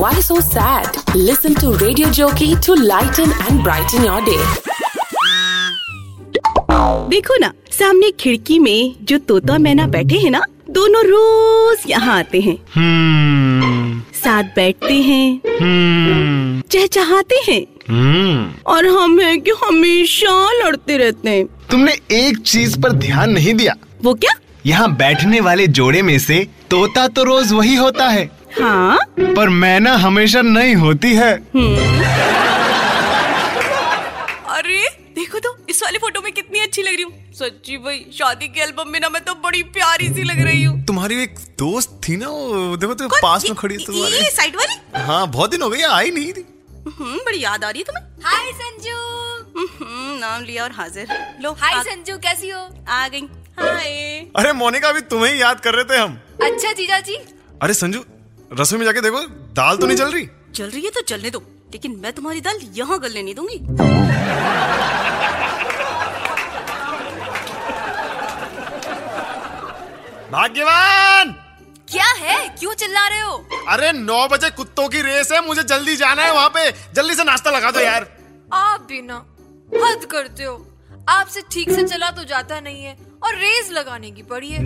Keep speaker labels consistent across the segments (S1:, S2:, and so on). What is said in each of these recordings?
S1: Why so sad? Listen to Radio Jockey to lighten and brighten your day.
S2: देखो ना सामने खिड़की में जो तोता मैना बैठे हैं ना दोनों रोज यहाँ आते हैं साथ बैठते हैं हम्म, चहचहाते हैं
S3: हम्म
S2: और हम है कि हमेशा लड़ते रहते हैं
S3: तुमने एक चीज पर ध्यान नहीं दिया
S2: वो क्या
S3: यहाँ बैठने वाले जोड़े में से तोता तो रोज वही होता है
S2: हाँ
S3: पर मैना हमेशा नहीं होती है
S4: अरे देखो तो इस वाली फोटो में कितनी अच्छी लग रही हूँ सच्ची भाई शादी के एल्बम में ना मैं तो बड़ी प्यारी सी लग रही हूँ
S5: तुम्हारी एक दोस्त थी ना वो देखो तो पास में खड़ी है
S4: ये
S5: तुम्हारे
S4: साइड वाली
S5: हाँ बहुत दिन हो गया आई नहीं थी
S4: हम्म बड़ी याद आ रही है तुम्हें
S6: हाय संजू
S4: हम्म नाम लिया और हाजिर लो
S6: हाय
S4: आ-
S6: संजू कैसी हो
S4: आ गई हाय
S5: अरे मोनिका अभी तुम्हें ही याद कर रहे थे हम
S6: अच्छा जीजा जी
S5: अरे संजू रसोई में जाके देखो दाल तो नहीं चल रही
S4: चल रही है तो चलने दो लेकिन मैं तुम्हारी दाल यहाँ गलने नहीं दूंगी
S5: भाग्यवान
S6: क्या है क्यों चिल्ला रहे हो
S5: अरे नौ बजे कुत्तों की रेस है मुझे जल्दी जाना है वहाँ पे जल्दी से नाश्ता लगा दो यार
S6: आप भी ना हद करते हो आपसे ठीक से चला तो जाता नहीं है और रेस लगाने की पड़ी है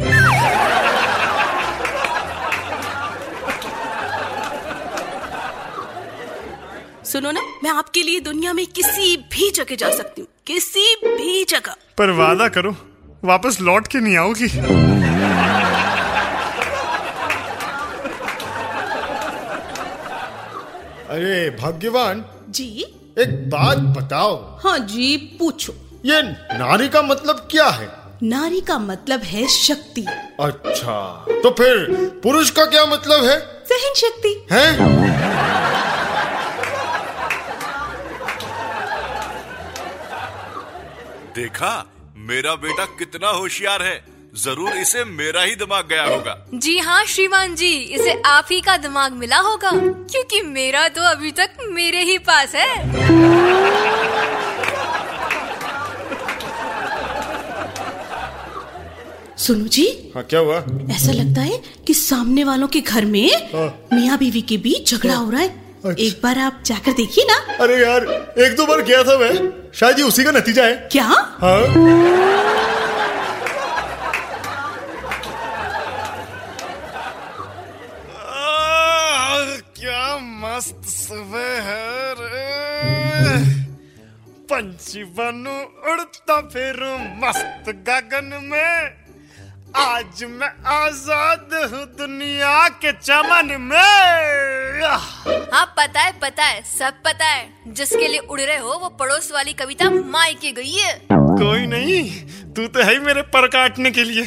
S4: सुनो ना मैं आपके लिए दुनिया में किसी भी जगह जा सकती हूँ किसी भी जगह
S5: पर वादा करो वापस लौट के नहीं आओगी
S7: अरे भाग्यवान
S4: जी
S7: एक बात बताओ
S2: हाँ जी पूछो
S7: ये नारी का मतलब क्या है
S2: नारी का मतलब है शक्ति
S7: अच्छा तो फिर पुरुष का क्या मतलब है
S2: सहन शक्ति
S7: हैं?
S8: देखा मेरा बेटा कितना होशियार है जरूर इसे मेरा ही दिमाग गया होगा
S6: जी हाँ श्रीमान जी इसे आप ही का दिमाग मिला होगा क्योंकि मेरा तो अभी तक मेरे ही पास है
S2: सुनो जी
S7: हाँ क्या हुआ
S2: ऐसा लगता है कि सामने वालों के घर में
S7: हाँ।
S2: मियाँ बीवी के बीच झगड़ा हो रहा है
S7: अच्छा।
S2: एक बार आप जाकर देखिए ना
S7: अरे यार एक दो बार गया था मैं शायद ये उसी का नतीजा है
S2: क्या
S7: हाँ
S5: क्या मस्त सुबह है रे पंछी बनू उड़ता फिरू मस्त गगन में आज मैं आजाद हूँ दुनिया के चमन में आह!
S6: हाँ पता है पता है सब पता है जिसके लिए उड़ रहे हो वो पड़ोस वाली कविता मायके गई है
S5: कोई नहीं तू तो है ही मेरे पर काटने के लिए